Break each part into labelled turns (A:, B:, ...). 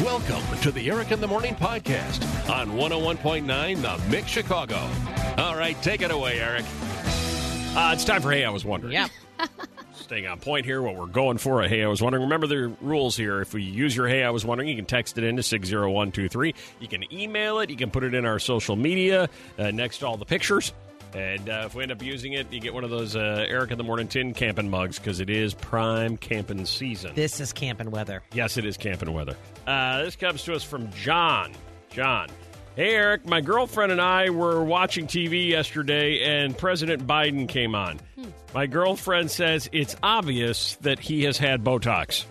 A: Welcome to the Eric in the Morning podcast on 101.9 The Mix Chicago. All right, take it away, Eric. Uh, it's time for Hey, I Was Wondering.
B: Yep.
A: Staying on point here, what we're going for a Hey, I Was Wondering. Remember the rules here. If we use your Hey, I Was Wondering, you can text it in to 60123. You can email it. You can put it in our social media uh, next to all the pictures. And uh, if we end up using it, you get one of those uh, Eric in the Morning tin camping mugs because it is prime camping season.
B: This is camping weather.
A: Yes, it is camping weather. Uh, this comes to us from John. John. Hey, Eric, my girlfriend and I were watching TV yesterday, and President Biden came on. My girlfriend says it's obvious that he has had Botox.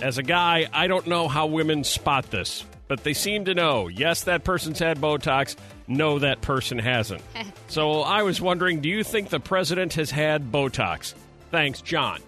A: As a guy, I don't know how women spot this, but they seem to know. Yes, that person's had Botox. No, that person hasn't. so I was wondering do you think the president has had Botox? Thanks, John.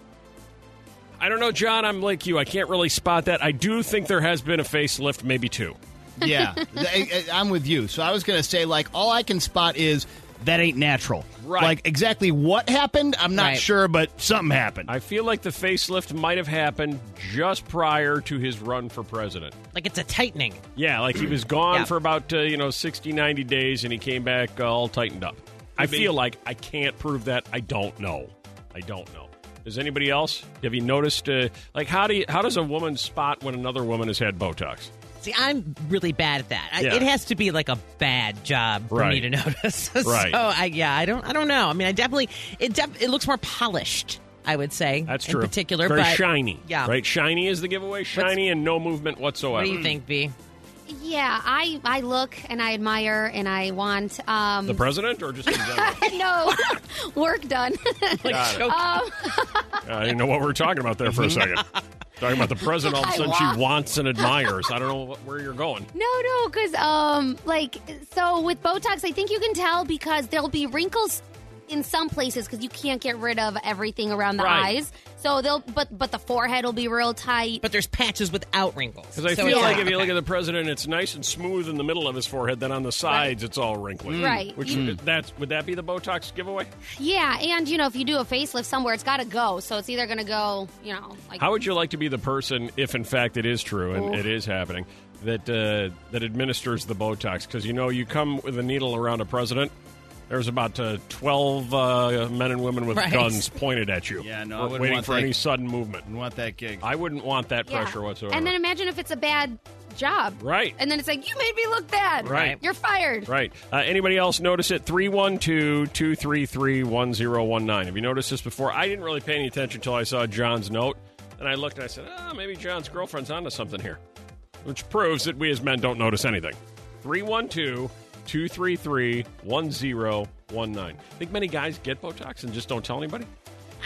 A: I don't know, John. I'm like you. I can't really spot that. I do think there has been a facelift, maybe two.
C: Yeah, I, am with you. So I was going to say, like, all I can spot is that ain't natural.
A: Right.
C: Like, exactly what happened, I'm not
B: Right.
C: sure, but something happened.
A: I feel like the facelift might have happened just prior to his run for president.
B: Like it's a tightening.
A: Yeah, like he was gone
B: Yeah.
A: for about, uh, you know, 60, 90 days and he came back uh, all tightened up. I feel like I can't prove that. I don't know. I don't know. Does anybody else? Have you noticed? Uh, like, how do you, how does a woman spot when another woman has had Botox?
B: See, I'm really bad at that. I
A: Yeah.
B: It has to be like a bad job for
A: Right.
B: me to notice.
A: Right.
B: So I yeah, I don't I don't know. I mean, I definitely it def- it looks more polished, I would say.
A: That's
B: in
A: true.
B: particular,
A: very
B: but
A: shiny.
B: Yeah.
A: right. Shiny is the giveaway. Shiny and no movement whatsoever.
B: What do you think, B?
D: Yeah, I I look and I admire and I want
A: The
D: um
A: president, or just in general?
D: no work done.
B: Like,
D: Um.
A: I didn't know what we were talking about there for a second. talking about the president, all of a sudden
D: I
A: she wants and admires. I don't know what, where you're going.
D: no, no, cuz um like so with Botox I think you can tell because there'll be wrinkles in some places cuz you can't get rid of everything around the
A: Right.
D: eyes. So they'll but but the forehead will be real tight.
B: but there's patches without wrinkles.
A: Because I
B: So
A: feel
B: it's
A: like
D: yeah.
A: if you look at the president, it's nice and smooth in the middle of his forehead. Then on the sides, it's all wrinkly.
D: Mm. Right.
A: Which
D: You-
A: that's would that be the Botox giveaway?
D: yeah, and you know if you do a facelift somewhere it's got to go. So it's either going to go, you know, like
A: How would you like to be the person, if in fact it is true and it is happening, that uh, that administers the Botox? Because you know you come with a needle around a president. There's about uh, twelve uh, men and women with
B: Right.
A: guns pointed at you.
C: Yeah, no, I
A: wa-
C: wouldn't
A: waiting
C: want
A: for
C: that.
A: any sudden movement.
C: Didn't want that gig.
A: I wouldn't want that
D: Yeah.
A: pressure whatsoever.
D: And then imagine if it's a bad job.
A: Right.
D: And then it's like, you made me look bad.
A: Right.
D: You're fired.
A: right. Uh, anybody else notice it? 312 233 1019. Have you noticed this before? I didn't really pay any attention until I saw John's note. And I looked and I said, ah, maybe John's girlfriend's onto something here. Which proves that we as men don't notice anything. 312 233 1019. Think many guys get Botox and just don't tell anybody?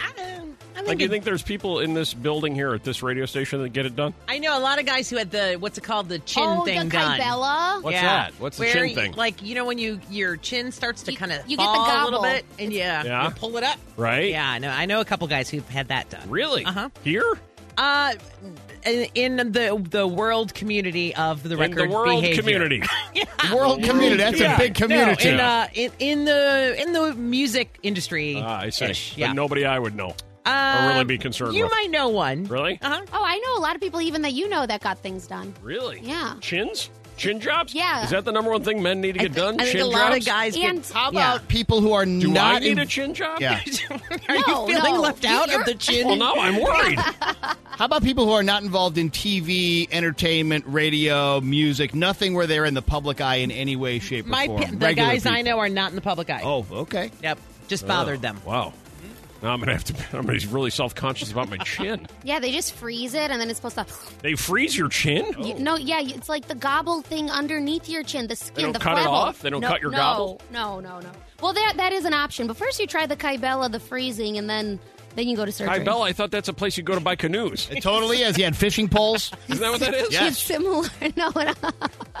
B: I don't I think,
A: Like, you
B: it-
A: think there's people in this building here at this radio station that get it done?
B: I know a lot of guys who had the what's it called the chin
D: oh,
B: thing
D: the
B: done.
D: Kybella.
A: What's
B: yeah.
A: that? What's the
B: Where
A: chin
B: you-
A: thing?
B: Like you know when you your chin starts to
D: You-
B: kind of
D: you get the
B: fall a little
D: gobble.
B: bit, and yeah,
A: Yeah.
B: you pull it up,
A: Right?
B: Yeah, no, I know a couple guys who've had that done.
A: Really?
B: Uh-huh.
A: Here?
B: Uh, in, in the the world community of the record
A: in the world
B: behavior.
A: community.
C: World community. That's
A: Yeah.
C: a big
B: No,
C: community.
B: in, uh, in in the in the music industry.
A: Ah, I see.
B: ish, Yeah.
A: But nobody I would know.
B: uh,
A: really be concerned
B: You
A: with.
B: might know one.
A: Really?
B: Uh huh.
D: Oh, I know a lot of people even that you know that got things done.
A: Really?
D: Yeah.
A: Chins? Chin jobs?
D: Yeah.
A: Is that the number one thing men need to get done?
B: I think
A: chin
B: a lot
A: jobs?
B: of guys
D: And-
B: get.
C: How about people who are
A: Do
C: not
A: I need
C: in-
A: a chin job?
C: Yeah.
B: Are
D: No,
B: you feeling
D: no.
B: left out
D: You're-
B: of the chin?
A: Well, now I'm worried.
C: How about people who are not involved in TV, entertainment, radio, music, nothing where they're in the public eye in any way, shape, or
B: My
C: form?
B: pi- the
C: Regular
B: guys I
C: people.
B: know are not in the public eye.
C: Oh, okay.
B: Yep, just bothered them.
A: wow. Now I'm gonna have to. I'm gonna be really self conscious about my chin.
D: Yeah, they just freeze it and then it's supposed to.
A: They freeze your chin.
D: You- no, yeah, it's like the gobble thing underneath your chin, the skin,
A: don't
D: the
A: cut it
D: flabble.
A: off? They don't
D: no,
A: cut your
D: no,
A: gobble?
D: No, no, no. Well, that that is an option. But first, you try the Kybella, the freezing, and then then you go to surgery.
A: Hi, Bella. I thought that's a place you go to buy canoes.
C: It totally is. He had fishing poles.
A: Isn't that what that is?
C: Yeah.
D: It's similar. No, no.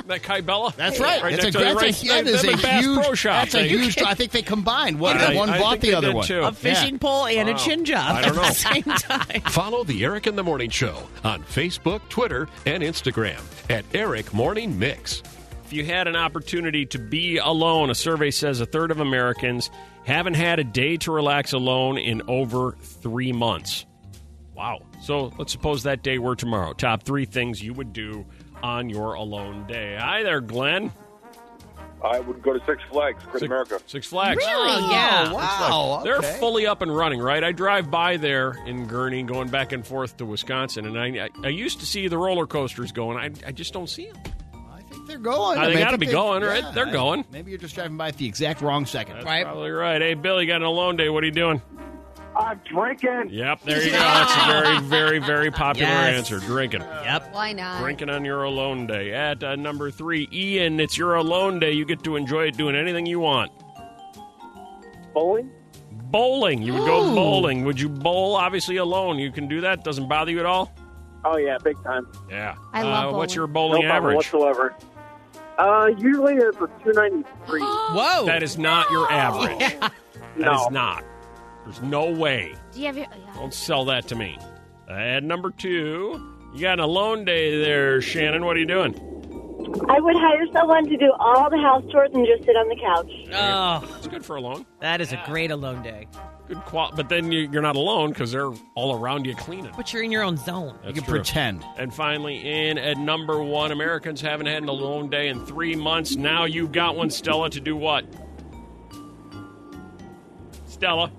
A: That Kai Bella?
C: That's right.
A: right
C: that's a,
A: next to the right,
C: that's a, that is
A: them
C: a
A: and Bass
C: huge.
A: Pro Shop.
C: That's a
A: They-
C: huge. I think they combined. One,
A: I-
C: one
A: I
C: bought
A: think
C: the
A: they
C: other
A: did,
C: one.
A: too.
B: A fishing
C: Yeah.
B: pole and a
A: Wow.
B: chin job
A: I don't
B: at
A: know.
B: the same time.
A: Follow the Eric in the Morning Show on Facebook, Twitter, and Instagram at Eric Morning Mix. If you had an opportunity to be alone, a survey says a third of Americans haven't had a day to relax alone in over three months. Wow. So let's suppose that day were tomorrow. Top three things you would do on your alone day. Hi there, Glenn.
E: I would go to Six Flags, Great America.
A: Six Flags.
B: Oh, yeah.
F: Wow.
A: They're fully up and running, right? I drive by there in Gurney, going back and forth to Wisconsin, and I I, I used to see the roller coasters going. I, I just don't see them.
C: I think they're going.
A: Oh, they
C: I mean, I
A: gotta
C: think
A: be going, right? They're
C: I-
A: going.
C: Maybe you're just driving by at the exact wrong second.
A: That's
B: Right.
A: probably right. Hey, Bill, you got an alone day. What are you doing?
E: I'm drinking.
A: Yep, there you go. That's a very, very, very popular
B: Yes.
A: answer. Drinking.
B: Yep.
D: Why not?
A: Drinking on your alone day. At uh, number three, Ian, it's your alone day. You get to enjoy it doing anything you want.
E: Bowling?
A: Bowling. You would go bowling. Would you bowl? Obviously, alone. You can do that. Doesn't bother you at all.
E: Oh, yeah, big time.
A: Yeah.
D: I love
A: uh, What's
D: bowling.
A: your
E: No
A: bowling
E: problem
A: average?
E: whatsoever. Uh, usually it's a 293.
B: Whoa.
A: That is not your average. That is
E: no.
A: not. There's no way.
D: Do you have your? oh, yeah.
A: Don't sell that to me. At number two, you got an alone day there, Shannon. What are you doing?
G: I would hire someone to do all the house chores and just sit on the couch.
B: Oh,
A: It's good for alone.
B: that is a great alone day.
A: Good qual. But then you, you're not alone because they're all around you cleaning.
B: But you're in your own zone.
A: That's
C: you can
A: true.
C: pretend.
A: And finally, in at number one, Americans haven't had an alone day in three months. Now you got one, Stella, to do what? Stella.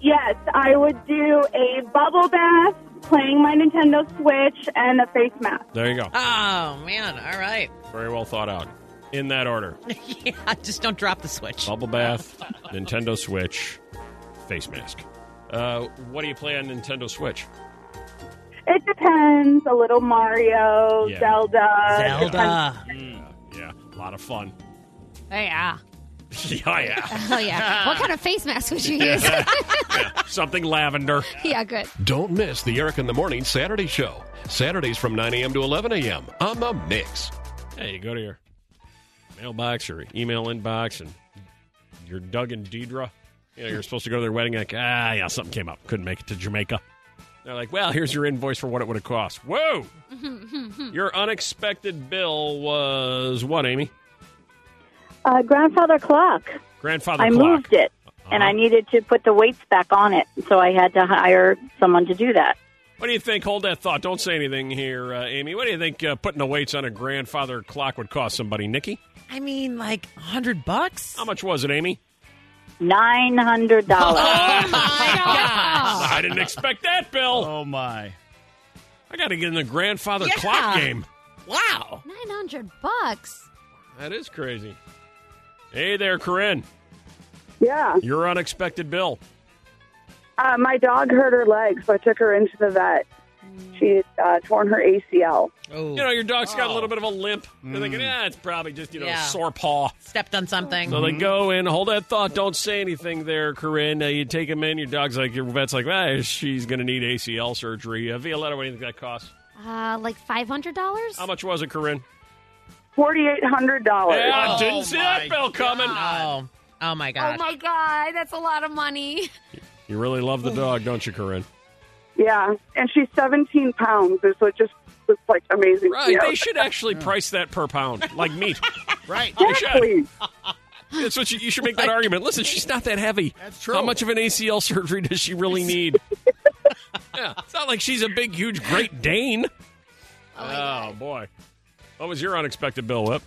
G: Yes, I would do a bubble bath, playing my Nintendo Switch, and a face mask.
A: There you go.
B: Oh, man. All right.
A: Very well thought out. In that order.
B: yeah, just don't drop the switch.
A: Bubble bath, Nintendo Switch, face mask. Uh, what do you play on Nintendo Switch?
G: It depends. A little Mario,
A: Yeah.
G: Zelda.
B: Zelda.
A: Yeah, a lot of fun.
D: Oh yeah.
A: yeah, yeah.
D: Oh yeah. what kind of face mask would you use?
A: Something lavender.
D: yeah, good.
H: Don't miss the Eric in the Morning Saturday Show. Saturdays from 9 a.m. to 11 a.m. on The Mix.
A: Hey, go to your mailbox or email inbox and your Doug and Deidre. You know, you're supposed to go to their wedding. Like, ah, yeah, something came up. Couldn't make it to Jamaica. They're like, well, here's your invoice for what it would have cost. Whoa! your unexpected bill was what, Amy?
G: Uh, grandfather clock.
A: Grandfather
G: I
A: clock.
G: moved it, and I needed to put the weights back on it, so I had to hire someone to do that.
A: What do you think? Hold that thought. Don't say anything here, uh, Amy. What do you think uh, putting the weights on a grandfather clock would cost somebody, Nikki?
B: I mean, like a 100 bucks?
A: How much was it, Amy?
G: Nine hundred dollars.
B: Ah.
A: I didn't expect that, Bill.
C: Oh my!
A: I got to get in the grandfather
B: Yeah.
A: clock game.
B: Wow.
D: Nine hundred bucks.
A: That is crazy. Hey there, Corinne.
I: Yeah.
A: Your unexpected bill.
I: Uh, my dog hurt her leg, so I took her into the vet. She had uh, torn her ACL.
B: Oh. Mm.
A: You know, your dog's got a little bit of a limp. They're thinking, yeah, it's probably just, you know,
B: Yeah. Mm-hmm.
A: a sore paw.
B: stepped on something.
A: So they go in, hold that thought, don't say anything there, Corinne. Uh, you take him in, your dog's like, your vet's like, ah, she's going to need ACL surgery. Uh, Violetta, what do you think that costs?
D: Uh, like five hundred dollars.
A: How much was it, Corinne?
I: Forty-eight hundred dollars.
A: Yeah,
C: Oh,
A: didn't see that
C: my
A: bill coming.
B: oh. Oh my
D: Oh
B: god.
D: my god, that's a lot of money.
A: You really love the dog, don't you, Corinne?
I: Yeah, and she's seventeen pounds, and so it just was like amazing. to
A: Right.
I: me.
A: They should actually price that per pound, like meat.
C: Right.
A: They should.
I: Exactly.
A: That's what you, you should make that argument. Listen, she's not that heavy.
C: That's true.
A: How much of an ACL surgery does she really need? yeah, it's not like she's a big, huge, great Dane. Oh, boy. What was your unexpected bill, Whip?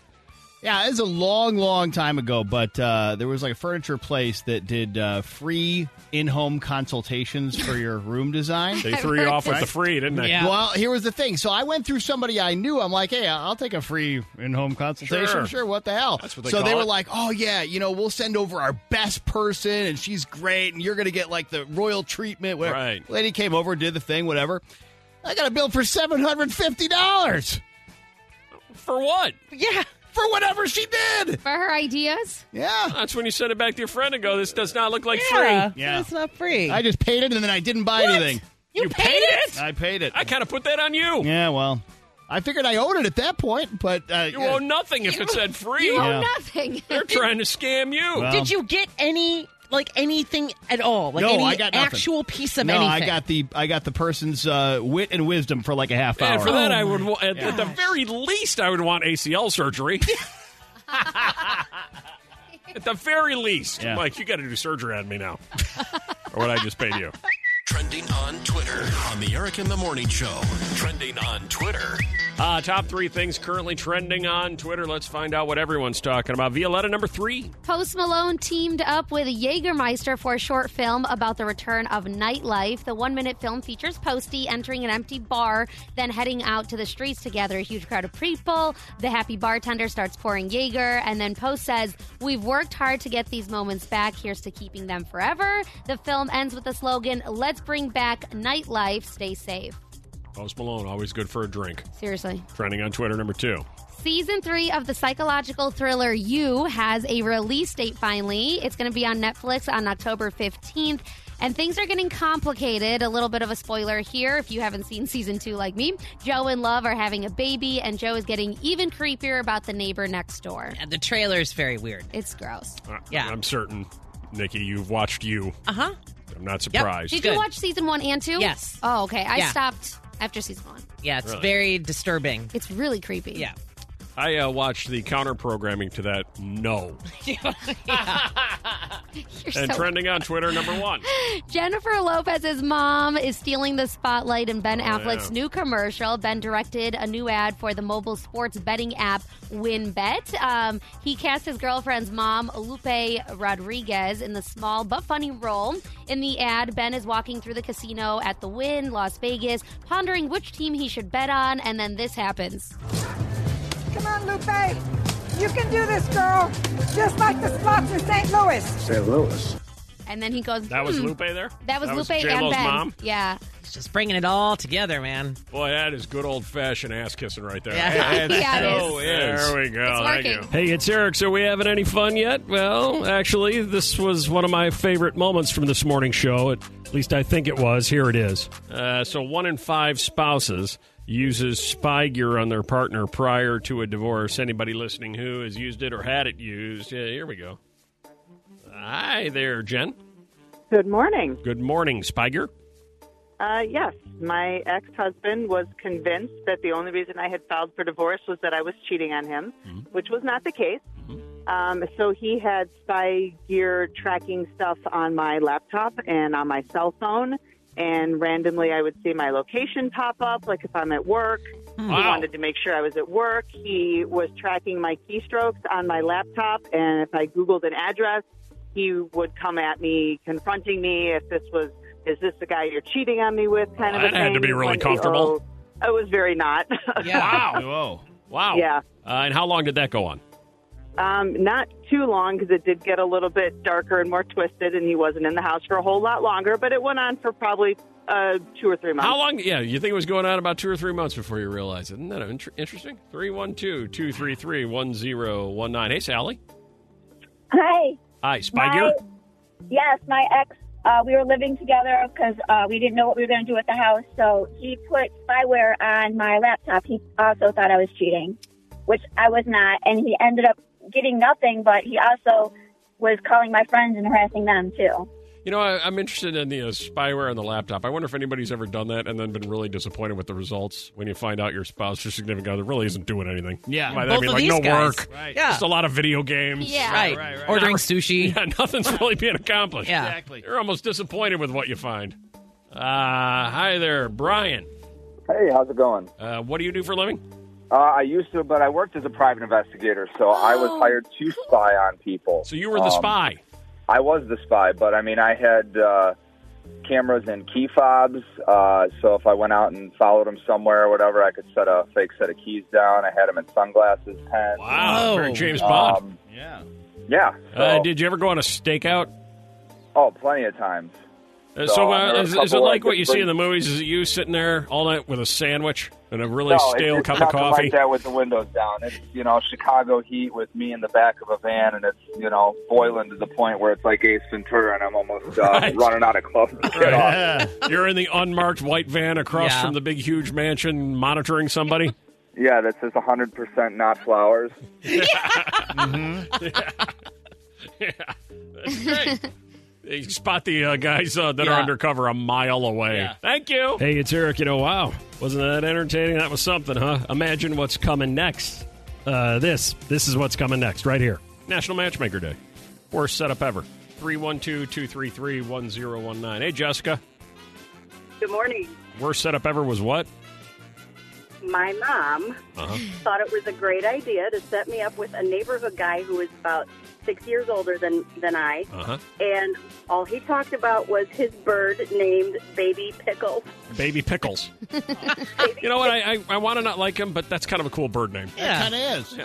C: Yeah, it was a long, long time ago, but uh, there was like a furniture place that did uh, free in-home consultations for your room design.
A: They threw you off with the free, didn't they?
B: Yeah.
C: Well, here was the thing. So I went through somebody I knew. I'm like, hey, I'll take a free in-home consultation.
A: Sure.
C: Sure, what the hell?
A: That's what they
C: so
A: call
C: they were
A: it.
C: like, oh yeah, you know, we'll send over our best person, and she's great, and you're gonna get like the royal treatment. Whatever.
A: Right.
C: Lady came over, did the thing, whatever. I got a bill for seven hundred fifty dollars
A: For what?
B: yeah.
C: for whatever she did.
D: For her ideas,
C: Yeah.
A: That's when you send it back to your friend and go, this does not look like
B: Yeah.
A: free.
C: Yeah.
B: It's not free.
C: I just paid it, and then I didn't buy anything.
B: you, paid, it?
C: I paid it.
A: I kind of put that on you.
C: Yeah, well, I figured I owed it at that point, but uh,
A: You
C: yeah.
A: owe nothing if it said free.
D: you
C: Yeah.
D: owe nothing.
A: They're trying to scam you.
C: Well,
B: Did you get any like anything at all? Like
C: No,
B: any
C: I got nothing.
B: actual piece of
C: no,
B: anything.
C: I got the I got the person's uh, wit and wisdom for like a half hour.
A: And for that, I would wa- at, at the very least, I would want ACL surgery. at the very least,
C: Yeah.
A: like you got to do surgery on me now, or what I just paid you.
H: Trending on on Twitter on the Eric in the Morning Show. Trending on Twitter.
A: Uh, top three things currently trending on Twitter. Let's find out what everyone's talking about. Violetta, number three.
D: Post Malone teamed up with Jägermeister for a short film about the return of nightlife. The one minute film features Posty entering an empty bar, then heading out to the streets to gather a huge crowd of people. The happy bartender starts pouring Jaeger, and then Post says, We've worked hard to get these moments back. Here's to keeping them forever. The film ends with the slogan, Let's bring back nightlife. Stay safe.
A: Post Malone, always good for a drink.
D: Seriously.
A: Trending on Twitter, number two.
D: Season three of the psychological thriller You has a release date finally. It's going to be on Netflix on October 15th. And things are getting complicated. A little bit of a spoiler here if you haven't seen season two like me. Joe and Love are having a baby, and Joe is getting even creepier about the neighbor next door.
B: Yeah, the trailer is very weird.
D: It's gross.
A: Uh,
B: Yeah.
A: I'm certain, Nikki, you've watched you.
B: Uh huh.
A: I'm not surprised.
D: Did
B: good.
D: you watch season one and two?
B: Yes.
D: Oh, okay. I
B: Yeah.
D: stopped after season one.
B: Yeah, it's
A: Really?
B: very disturbing.
D: It's really creepy.
B: Yeah.
A: I uh, watched the counter programming to that. No.
D: You're
A: And
D: so
A: trending on Twitter, number one.
D: Jennifer Lopez's mom is stealing the spotlight in Ben
A: Oh,
D: Affleck's
A: yeah.
D: new commercial. Ben directed a new ad for the mobile sports betting app WinBet. Um, he cast his girlfriend's mom, Lupe Rodriguez, in the small but funny role. In the ad, Ben is walking through the casino at the Win, Las Vegas, pondering which team he should bet on, and then this happens.
F: Come on, Lupe. You can do this, girl. Just like the spots in St. Louis.
E: St. Louis.
D: And then he goes,
A: That was
D: "Hmm."
A: Lupe there?
D: That was Lupe
A: J-Lo's
D: and Ben.
A: mom?
D: Yeah.
B: It's just bringing it all together, man.
A: Boy, that is good old fashioned ass kissing right there.
B: Yeah.
A: Oh, It
D: Yeah, it
A: so
D: is.
A: is. There we go.
D: It's
A: Thank
D: working.
A: you. Hey, it's Eric. So we having any fun yet? Well, actually, this was one of my favorite moments from this morning show. At least I think it was. Here it is. Uh, so one in five spouses uses spy gear on their partner prior to a divorce. Anybody listening who has used it or had it used? Yeah, here we go. Hi there, Jen.
J: Good morning.
A: Good morning, spy gear.
J: Uh, yes, my ex husband was convinced that the only reason I had filed for divorce was that I was cheating on him,
A: Mm-hmm.
J: which was not the case. Um, so he had spy gear tracking stuff on my laptop and on my cell phone. And randomly, I would see my location pop up, like if I'm at work. He
A: Wow.
J: Hmm. wanted to make sure I was at work. He was tracking my keystrokes on my laptop, and if I Googled an address, he would come at me, confronting me if this was, is this the guy you're cheating on me with? Kind
A: Well,
J: of
A: that
J: a
A: had to
J: thing.
A: be really
J: When-
A: comfortable.
J: Oh, I was very not.
A: Wow.
C: Oh, Whoa.
A: Wow.
J: Yeah.
A: Uh, and how long did that go on?
J: um, not too long because it did get a little bit darker and more twisted, and he wasn't in the house for a whole lot longer. But it went on for probably uh, two or three months.
A: How long? Yeah, you think it was going on about two or three months before you realize it. Isn't that inter- interesting? 312 233 1019. Hey, Sally.
G: Hi.
A: Hi, Spy
G: My-
A: Gear.
G: Yes, my ex. Uh, we were living together because uh, we didn't know what we were going to do at the house. So he put spyware on my laptop. He also thought I was cheating, which I was not. And he ended up getting nothing, but he also was calling my friends and harassing them too.
A: You know, I, I'm interested in the uh, spyware on the laptop. I wonder if anybody's ever done that and then been really disappointed with the results when you find out your spouse or significant other really isn't doing anything.
C: Yeah.
A: By that, I
B: Both
A: mean,
B: of
A: like
B: these
A: no
B: guys.
A: work.
C: Right.
B: Yeah.
A: Just a lot of video games.
D: Yeah.
B: Right.
C: Right, right.
B: Ordering sushi.
A: Yeah, nothing's really being accomplished.
B: Yeah.
C: Exactly.
A: You're almost disappointed with what you find. Uh, hi there, Brian.
E: Hey, how's it going?
A: Uh, what do you do for a living?
E: Uh, I used to, but I worked as a private investigator, so I was
D: Oh.
E: hired to spy on people.
A: So you were the
E: Um,
A: spy.
E: I was the spy, but I mean, I had uh, cameras and key fobs. Uh, so if I went out and followed him somewhere or whatever, I could set a fake set of keys down. I had him in sunglasses, pens.
A: Wow.
B: Whoa.
A: Very James Bond.
E: Um,
C: Yeah.
E: yeah. So,
A: Uh, did you ever go on a stakeout?
E: oh, plenty of times.
A: Uh,
E: No,
A: so
E: there
A: uh,
E: are a
A: is, is it
E: couple,
A: like
E: like,
A: what you see in
E: different-
A: the movies? Is it you sitting there all night with a sandwich and a really
E: no,
A: stale
E: it's,
A: cup
E: it's
A: of
E: nothing
A: coffee?
E: like that with the windows down. It's you know Chicago heat with me in the back of a van, and it's you know boiling to the point where it's like Ace Ventura, and I'm almost uh,
A: Right.
E: running out of clothes. to get off.
C: Yeah.
A: You're in the unmarked white van across
B: Yeah.
A: from the big, huge mansion, monitoring somebody.
E: Yeah, that's just 100% not flowers.
A: That's great. You spot the uh, guys uh, that are
B: Yeah.
A: undercover a mile away.
C: Yeah.
A: Thank you. Hey, it's Eric. You know, wow, wasn't that entertaining? That was something, huh? Imagine what's coming next. Uh, this, this is what's coming next, right here. National Matchmaker Day. Worst setup ever. 312 233 1019. Hey, Jessica.
K: Good morning.
A: Worst setup ever was what?
K: My mom
A: Uh-huh.
K: thought it was a great idea to set me up with a neighborhood guy who was about six years older than, than I.
A: Uh-huh.
K: And all he talked about was his bird named Baby Pickle.
A: Baby Pickles. you know what? I, I, I want to not like him, but that's kind of a cool bird name.
C: Yeah, kind of is.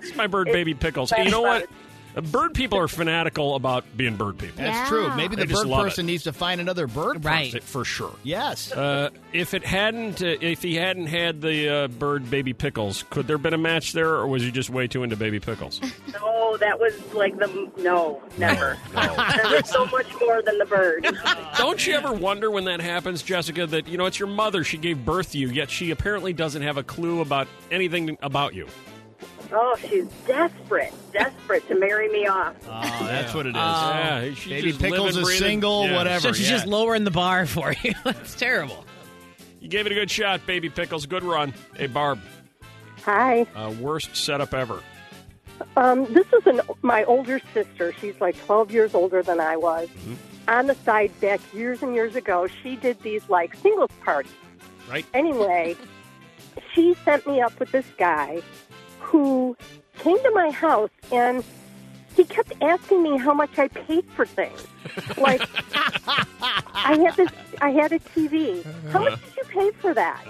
A: It's my bird, Baby Pickles.
C: It's-
A: And you know what? Bird people are fanatical about being bird people.
C: That's true. Maybe the
A: They just
C: bird
A: love it.
C: person needs to find another bird person.
A: for sure.
C: Yes.
A: Uh, if it hadn't, uh, if he hadn't had the uh, bird baby pickles, could there been a match there, or was he just way too into baby pickles?
K: No, that was like the. No, never. there was so much more than the bird.
A: Don't you ever wonder when that happens, Jessica? That you know it's your mother. She gave birth to you, yet she apparently doesn't have a clue about anything about you.
K: Oh, she's desperate, desperate to marry me off.
C: Oh, that's what it is.
A: Yeah, she's
C: Baby
A: just
C: Pickles
A: living,
C: is
A: breathing-
C: single,
A: yeah.
C: whatever.
B: So she's just lowering the bar for you. That's terrible.
A: You gave it a good shot, baby pickles. Good run. Hey, Barb.
L: Hi.
A: Uh, worst setup ever.
L: Um, this is an, my older sister. She's like 12 years older than I was.
A: Mm-hmm.
L: On the side back years and years ago, she did these like singles parties.
A: Right.
L: Anyway, she sent me up with this guy who came to my house and he kept asking me how much I paid for things. Like I had this I had a TV. How much
A: Uh-huh.
L: did you pay for that?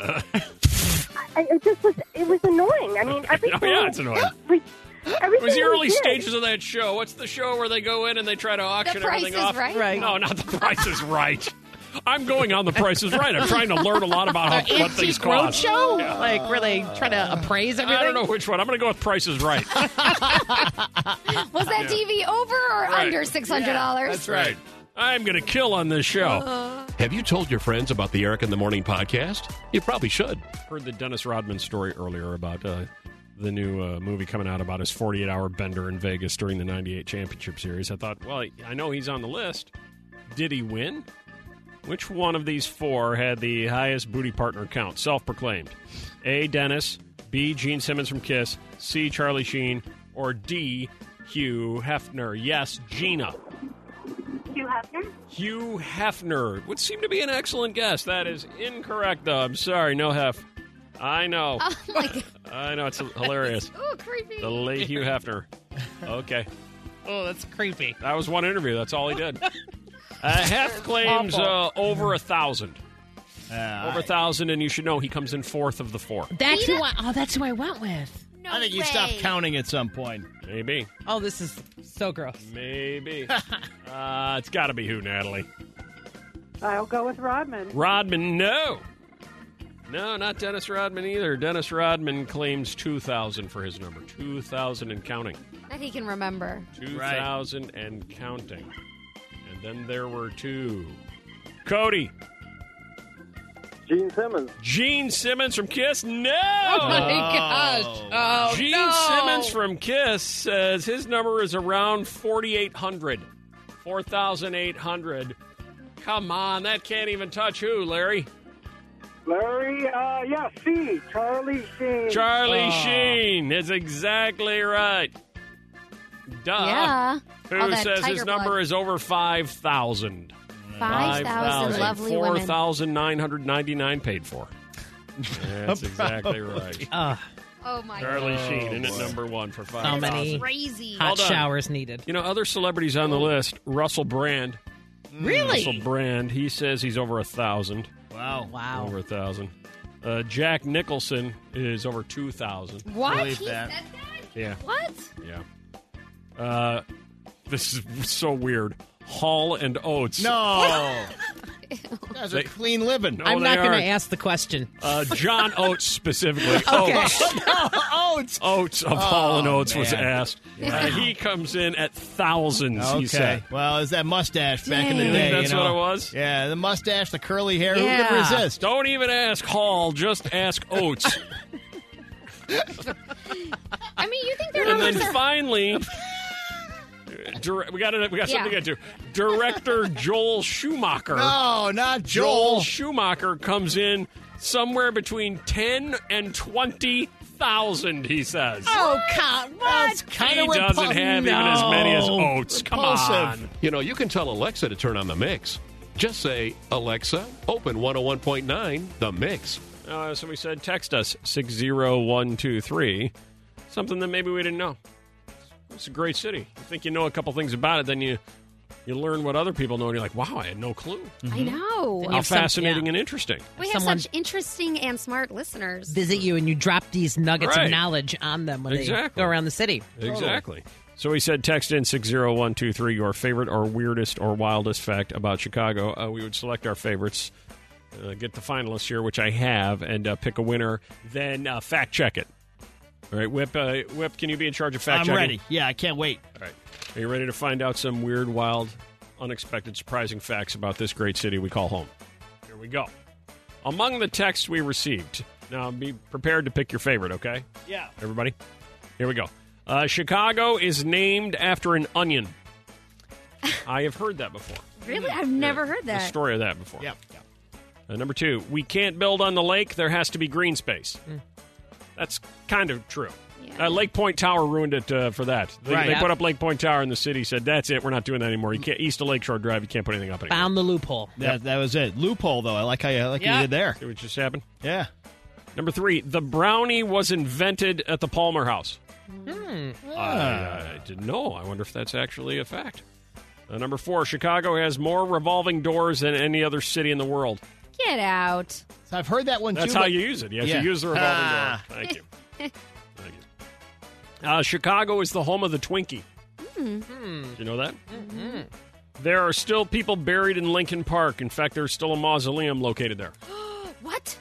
L: I, it just was it was annoying. I mean, everything
A: Oh, yeah, it's annoying.
L: every-
A: It was the
L: everything we
A: early
L: did-
A: stages of that show. What's the show where they go in and they try to auction
L: Price
A: everything
L: is
A: off?
L: Right? Right.
A: No, not the Price is Right. I'm going on the Price is Right. I'm trying to learn a lot about how, what things
B: Antique
A: cost.
B: Roadshow?
A: Yeah.
B: Like, where they try to appraise everything?
A: I don't know which one. I'm going to go with Price is Right.
D: Was that
A: Yeah.
D: TV over or
A: Right.
D: under six hundred dollars?
A: I'm going to kill on this show.
H: Have you told your friends about the Eric in the Morning podcast? You probably should.
A: Heard the Dennis Rodman story earlier about uh, the new uh, movie coming out about his 48 hour bender in Vegas during the 98 championship series. I thought, well, I know he's on the list. Did he win? Which one of these four had the highest booty partner count, self proclaimed? A. Dennis, B. Gene Simmons from Kiss, C. Charlie Sheen, or D. Hugh Hefner? Yes, Gina.
K: Hugh Hefner?
A: Hugh Hefner would seem to be an excellent guess. That is incorrect, though. I'm sorry, no Hef. I know.
D: Oh my god!
A: I know it's hilarious.
D: Ooh, creepy.
A: The late Hugh Hefner. Okay,
B: Oh, that's creepy.
A: that was one interview. That's all he did. Uh, Hef claims uh,
B: Awful.
A: over a thousand. over a thousand, and you should know he comes in fourth of the four.
B: That's who I, oh, that's who I went with.
D: No
C: I think you stop counting at some point.
A: Maybe.
B: Oh, this is so gross.
A: Maybe. uh, it's got to be who, Natalie?
M: I'll go with Rodman.
A: Rodman, no. No, not Dennis Rodman either. Dennis Rodman claims 2,000 for his number. 2,000 and counting.
D: That he can remember.
A: 2,000 and counting. And then there were two. Cody.
N: Gene Simmons.
A: Gene Simmons from Kiss? No!
B: Oh, my gosh. Oh,
A: Gene
B: no.
A: Simmons from Kiss says his number is around 4,800. 4,800. Come on, that can't even touch who, Larry?
M: Larry, uh, yeah, C. Charlie Sheen.
A: Charlie
B: Ah.
A: Sheen is exactly right. Duh.
D: Yeah. All
A: Who
D: that
A: says
D: tiger
A: his number
D: blood.
A: is over 5,000.
D: 5,000 lovely women.
A: 4,999 paid for. That's exactly right.
D: Oh my
A: Charlie
B: God.
A: Sheen in
B: Oh,
A: at
B: boy.
A: number one for five.
B: So many
D: Crazy.
B: hot
A: All done.
B: showers needed.
A: You know, other celebrities on the list, Russell Brand.
B: Really? Oh,
A: Russell Brand. He says he's over a thousand.
C: Wow.
B: Wow.
A: Over a thousand. Uh, Jack Nicholson is over two thousand.
D: What? He said
A: Yeah.
D: that? What?
A: Yeah. Uh, this is so weird. Hall and Oates.
C: No. guys are
A: They-
C: clean living.
A: No,
B: I'm not
A: they
B: going to
A: aren't.
B: ask the question.
A: Uh, John Oates specifically. Oh,
B: Okay.
A: Oates.
C: Oats.
A: Oates of
C: Oh,
A: Hall and Oates was
C: man.
A: asked. Uh, he comes in at thousands.
C: Okay.
A: He said.
C: Well, it's that mustache back in the
A: Dang. You
C: day.
A: think that's
C: you know?
A: what it was?
C: Yeah, the mustache, the curly hair. Who
B: Yeah.
C: could resist?
A: Don't even ask Hall. Just ask Oates.
D: I mean, you think their
A: and
D: numbers
A: then
D: are
A: finally, dire- we got it. We got
D: Yeah.
A: something to get to. Director Joel Schumacher.
C: No, Oh, not
A: Joel
C: Joel.
A: Schumacher comes in somewhere between ten and twenty thousand. He says.
B: Oh, God. What?
A: he doesn't have even as many as
C: No.
A: Oates. Come
C: Repulsive.
A: on.
H: You know, you can tell Alexa to turn on the mix. Just say, Alexa, open 101.9 The Mix.
A: Uh, somebody said, text us 60123. Something that maybe we didn't know. It's a great city. You think you know a couple things about it, then you you learn what other people know, and you're like, wow, I had no clue.
D: I know.
A: How fascinating and interesting.
D: We have such interesting and smart listeners.
B: Visit you and you drop these nuggets
A: Right.
B: of knowledge on them when
A: Exactly.
B: they go around the city.
A: Exactly. So he said, text in 60123 your favorite or weirdest or wildest fact about Chicago. Uh, we would select our favorites, uh, get the finalists here, which I have, and uh, pick a winner, then uh, fact check it. All right, Whip, uh, Whip, can you be in charge of fact
C: I'm
A: checking?
C: ready. Yeah, I can't wait.
A: All right. Are you ready to find out some weird, wild, unexpected, surprising facts about this great city we call home? Here we go. Among the texts we received, now be prepared to pick your favorite, okay?
C: Yeah.
A: Everybody? Here we go. Uh, Chicago is named after an onion. I have heard that before.
D: Really? I've never heard
A: The
D: that.
A: story of that before.
C: Yeah.
A: Uh, number two, we can't build on the lake. There has to be green space.
B: Hmm.
A: That's kind of true. Uh, lake Point Tower ruined it uh, for that. They,
B: Right.
A: they put up Lake Point Tower, and the city said, "That's it. We're not doing that anymore. You can't East of Lakeshore Drive. You can't put anything up anymore."
B: Found the loophole.
C: That, that was it. Loophole, though. I like how you, I like what
A: Yeah.
C: you did there.
A: See what just happened?
C: Yeah.
A: Number three, the brownie was invented at the Palmer House.
B: Hmm.
A: I, I didn't know. I wonder if that's actually a fact. Uh, number four, Chicago has more revolving doors than any other city in the world.
D: Get out.
C: So I've heard that one too.
A: That's how
C: but-
A: you use it. Yes,
C: Yeah.
A: you use the revolving
C: Ah.
A: door. Thank you. Thank you. Uh, Chicago is the home of the Twinkie.
C: Hmm.
A: Do you know that?
C: Mm-hmm.
A: There are still people buried in Lincoln Park. In fact, there's still a mausoleum located there.
D: What?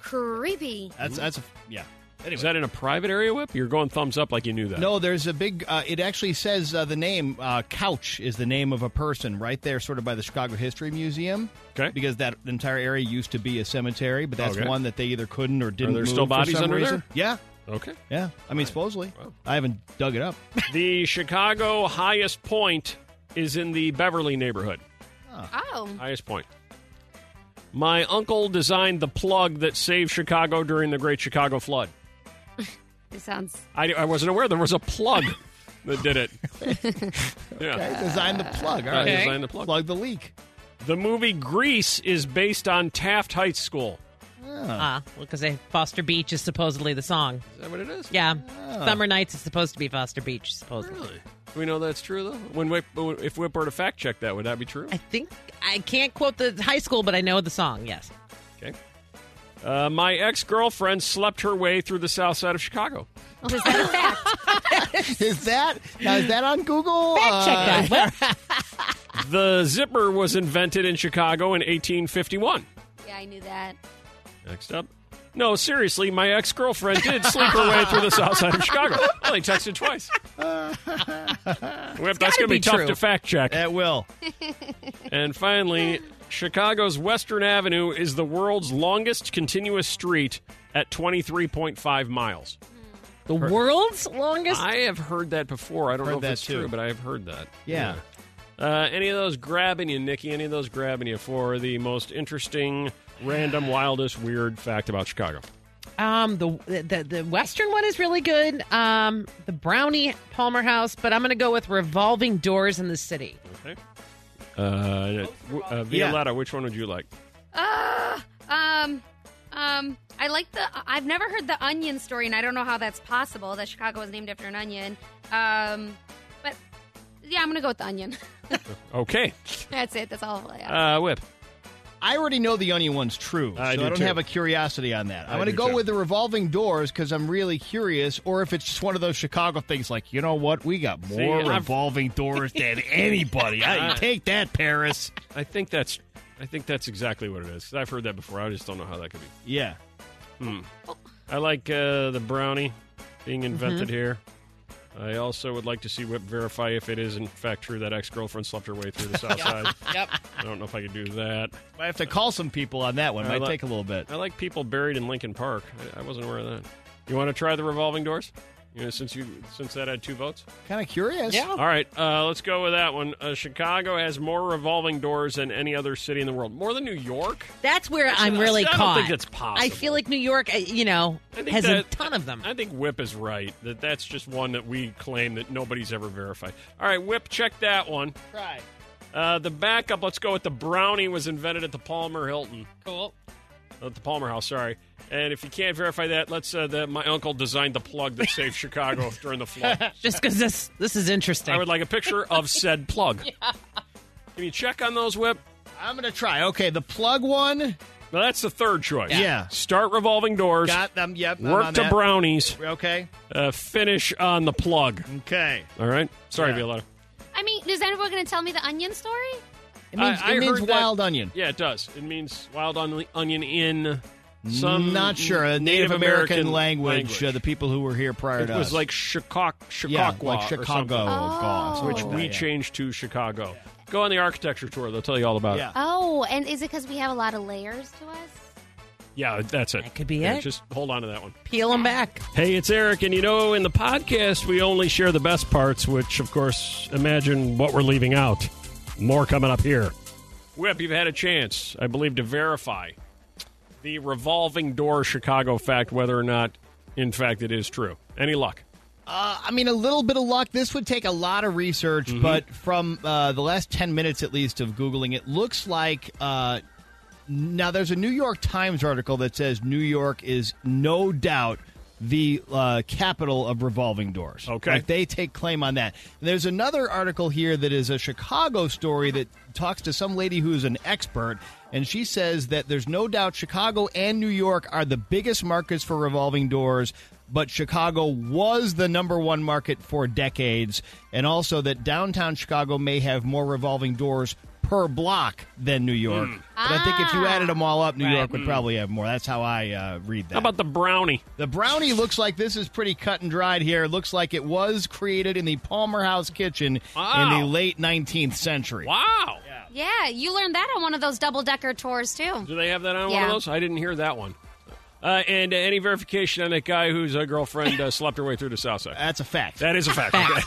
D: Creepy.
C: That's that's a, yeah.
A: Is that in a private area, Whip? You're going thumbs up like you knew that.
C: No, there's a big. Uh, it actually says uh, the name uh, Couch is the name of a person right there, sort of by the Chicago History Museum.
A: Okay,
C: because that entire area used to be a cemetery, but that's
A: Okay.
C: one that they either couldn't or didn't.
A: there
C: move
A: still
C: for
A: bodies
C: some
A: under
C: reason.
A: there?
C: Yeah,
A: Okay.
C: yeah. I mean, supposedly, I haven't dug it up.
A: The Chicago highest point is in the Beverly neighborhood.
D: Oh.
A: Highest point. My uncle designed the plug that saved Chicago during the Great Chicago Flood.
D: It sounds.
A: I, I wasn't aware there was a plug that did it. Yeah.
C: Okay, design the plug. All right,
A: Yeah, design the plug.
C: plug the leak.
A: The movie Grease is based on Taft Heights School.
B: Ah, well, because Foster Beach is supposedly the song.
A: Is that what it is?
B: Yeah,
A: Ah.
B: summer nights is supposed to be Foster Beach. Supposedly,
A: Really? Do we know that's true though? When Whip, if Whip were to fact check that, would that be true?
B: I think I can't quote the high school, but I know the song. Yes.
A: Okay. Uh, my ex girlfriend slept her way through the south side of Chicago.
D: Is that a fact?
C: Is that now? Is that on Google? Uh,
B: Fact check that. Ah.
A: The zipper was invented in Chicago in 1851.
D: Yeah, I knew that.
A: Next up. No, seriously, my ex girlfriend did sleep her way through the south side of Chicago. I only texted twice. Whip, that's
B: gotta
A: going to be
B: be
A: tough
B: true.
A: to fact check.
C: That will.
A: And finally, Chicago's Western Avenue is the world's longest continuous street at 23.5 miles.
B: The world's longest.
A: I have heard that before. I don't
C: Heard
A: know if
C: that
A: it's
C: too.
A: true, but I have heard that.
C: Yeah.
A: Uh, any of those grabbing you, Nikki? Any of those grabbing you for the most interesting, random, wildest, weird fact about Chicago?
B: Um, the, the the western one is really good. Um, the brownie Palmer House, but I'm gonna go with revolving doors in the city.
A: Okay. Uh, w- uh, Violetta, which one would you like?
D: Uh, um, um, I like the. I've never heard the onion story, and I don't know how that's possible that Chicago was named after an onion. Um, but yeah, I'm gonna go with the onion.
A: Okay.
D: that's it. That's all. I have.
A: Uh, whip.
C: I already know the onion one's true,
A: I
C: so
A: do
C: I don't
A: too.
C: have a curiosity on that.
A: I
C: I'm going to
A: do
C: go
A: too.
C: with the revolving doors because I'm really curious, or if it's just one of those Chicago things like, you know what, we got
A: See,
C: more
A: I've-
C: revolving doors than anybody. I
A: Uh,
C: take that, Paris.
A: I think that's. I think that's exactly what it is. I've heard that before. I just don't know how that could be.
C: Yeah.
A: I like uh, the brownie being
B: Mm-hmm.
A: invented here. I also would like to see Whip verify if it is in fact true that ex girlfriend slept her way through the South Side.
B: Yep.
A: I don't know if I could do that.
C: I have to call some people on that one.
A: I
C: Might
A: like-
C: take a little bit.
A: I like people buried in Lincoln Park. I, I wasn't aware of that. You want to try the revolving doors? You know, since you since that had two votes.
C: Kind of curious.
B: Yeah.
A: All right, uh, let's go with that one. Uh, Chicago has more revolving doors than any other city in the world, more than New York.
B: That's where I'm really
A: I don't
B: caught.
A: think it's possible.
B: I feel like New York, uh, you know,
A: I think
B: has a
A: that-
B: ton of them.
A: I think Whip is right. That that's just one that we claim that nobody's ever verified. All right, Whip, check that one.
C: Right.
A: Uh, the backup, let's go with the brownie, was invented at the Palmer Hilton.
B: Cool.
A: At the Palmer House, sorry. And if you can't verify that, let's. Uh, that my uncle designed the plug that saved Chicago during the flood.
B: Just because this this is interesting.
A: I would like a picture of said plug. Can you check on those, Whip?
C: I'm going to try. Okay, the plug one.
A: Well, that's the third choice.
C: Yeah. Yeah.
A: Start revolving doors.
C: Got them. Yep. I'm
A: Work
C: on
A: to
C: that.
A: brownies.
C: Okay.
A: Uh, finish on the plug.
C: Okay.
A: All right. Sorry, Violetta.
D: I mean, is anyone going to tell me the onion story?
C: It means,
A: I- I
C: it means
A: heard that-
C: wild onion.
A: Yeah, it does. It means wild on- onion in some.
C: Not sure. A Native, American, language. Uh, the people who were here prior
A: It
C: to
A: was
C: us.
A: like Chicago,
C: yeah,
A: Chicago,
C: like Chicago, Oh, Gaul,
A: which
C: something
A: we
C: like that,
A: changed to Chicago. Go on the architecture tour; they'll tell you all about it.
D: Oh, and is it because we have a lot of layers to us?
A: Yeah, that's it. That
B: could be it.
A: Just hold on to that one.
B: Peel them back.
A: Hey, it's Eric, and you know, in the podcast, we only share the best parts, which, of course, imagine what we're leaving out. More coming up here. Whip, you've had a chance, I believe, to verify the revolving door Chicago fact, whether or not, in fact, it is true. Any luck?
C: Uh, I mean, a little bit of luck. This would take a lot of research,
A: Mm-hmm.
C: but from uh, the last 10 minutes at least of Googling, it looks like. Uh, now, there's a New York Times article that says New York is no doubt the uh, capital of revolving doors.
A: Okay.
C: Like they take claim on that. And there's another article here that is a Chicago story that talks to some lady who's an expert, and she says that there's no doubt Chicago and New York are the biggest markets for revolving doors. But Chicago was the number one market for decades, and also that downtown Chicago may have more revolving doors per block than New York. But I think if you added them all up, New York would probably have more. That's how I uh, read that.
A: How about the brownie?
C: The brownie looks like this is pretty cut and dried here. It looks like it was created in the Palmer House kitchen in
D: Wow.
C: the late 19th century.
A: Wow.
D: Yeah, you learned that on one of those double decker tours too.
A: Do they have that on one of
D: Yeah.
A: those? I didn't hear that one. Uh, and uh, any verification on that guy whose uh, girlfriend uh, slept her way through the South Side?
C: That's a fact.
A: That is a fact. Okay.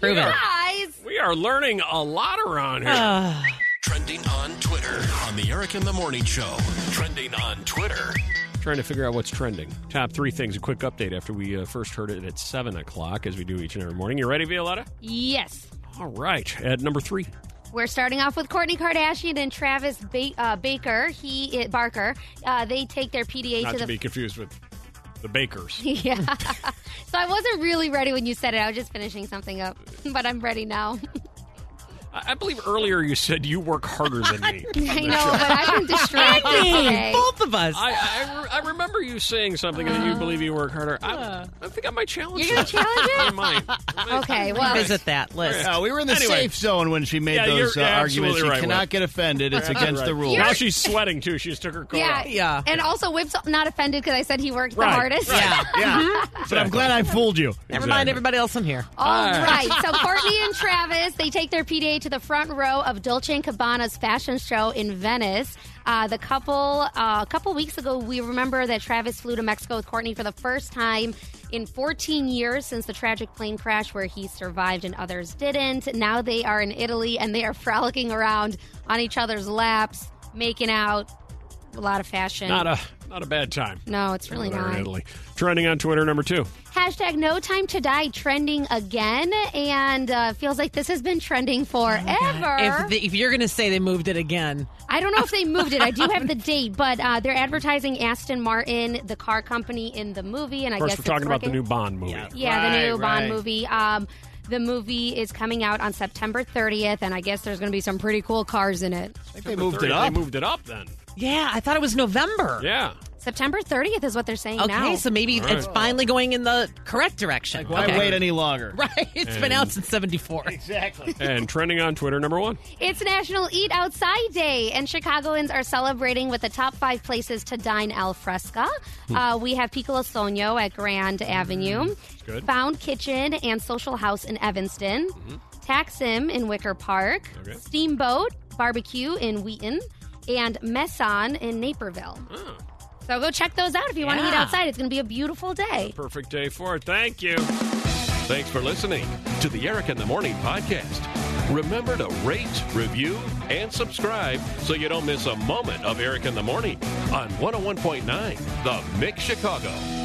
B: Prove it.
D: Guys,
A: We are learning a lot around here.
H: Trending on Twitter on the Eric in the Morning Show. Trending on Twitter.
A: Trying to figure out what's trending. Top three things. A quick update after we uh, first heard it at 7 o'clock, as we do each and every morning. You ready, Violetta?
D: yes.
A: All right. At number three.
D: We're starting off with Courtney Kardashian and Travis ba- uh, Baker. He Barker. Uh, they take their PDA
A: Not
D: to
A: to
D: the
A: be confused with the Bakers.
D: yeah. so I wasn't really ready when you said it. I was just finishing something up, but I'm ready now.
A: I, I believe earlier you said you work harder than me.
D: I know, but I've been distracted today.
B: both of us.
A: I, I, re- I remember you saying something that you believe you work harder. I, I think I might challenge
D: Uh, You're
A: that.
D: gonna challenge it?
A: I might.
D: Okay, well,
B: Visit that list.
C: Uh, we were in the
A: Anyway.
C: safe zone when she made
A: Yeah,
C: those uh,
A: you're
C: arguments.
A: absolutely
C: She
A: right,
C: cannot
A: Will.
C: get offended. It's
A: You're
C: against
A: right.
C: the rules.
A: Now she's sweating, too. She just took her coat
D: yeah,
A: off.
B: Yeah.
D: And also, Whip's not offended because I said he worked
A: Right,
D: the hardest.
A: right.
B: Yeah.
C: yeah. But I'm glad I fooled you.
B: Never mind everybody else in here.
D: All right. So Courtney and Travis, they take their PDA to the front row of Dolce and Cabana's fashion show in Venice. Uh, the couple, uh, a couple weeks ago, we remember that Travis flew to Mexico with Courtney for the first time in 14 years since the tragic plane crash where he survived and others didn't. Now they are in Italy and they are frolicking around on each other's laps, making out. A lot of fashion.
A: Not a, not a bad time.
D: no, it's really
A: Over there in
D: not.
A: Italy. Trending on Twitter, number two.
D: Hashtag no time to die trending again, and uh, feels like this has been trending forever.
A: Uh-huh.
B: If, the, if you're going to say they moved it again,
D: I don't know if they moved it. I do have the date, but uh, they're advertising Aston Martin, the car company, in the movie, and
A: Of
D: I
A: course,
D: guess
A: we're
D: it's
A: talking about the
D: working.
A: new Bond movie.
D: Yeah, the new
C: Right,
D: Bond
C: right.
D: movie. Um, the movie is coming out on September 30th, and I guess there's going to be some pretty cool cars in it.
C: I think they moved it
A: They
C: up.
A: moved it up then.
B: yeah, I thought it was November.
A: Yeah.
D: September 30th is what they're saying
B: Okay,
D: now.
B: so maybe
A: All
B: it's
A: right.
B: finally going in the correct direction.
C: Why
B: okay.
C: wait any longer?
B: Right, It's been
A: And-
B: out since '74.
C: Exactly.
A: and trending on Twitter, number one.
D: It's National Eat Outside Day, and Chicagoans are celebrating with the top five places to dine al fresca. Uh, we have Piccolo Sonio at Grand Avenue,
A: good.
D: Found Kitchen and Social House in Evanston, Taxim in Wicker Park,
A: Okay.
D: Steamboat Barbecue in Wheaton, and Messon in Naperville.
A: Oh,
D: So go check those out if you want to eat
B: Yeah.
D: outside. It's going to be a beautiful day.
A: perfect day for it. Thank you.
H: Thanks for listening to the Eric in the Morning podcast. Remember to rate, review, and subscribe so
A: oh
H: you don't miss a moment of Eric in the Morning on 101.9 The Mix Chicago.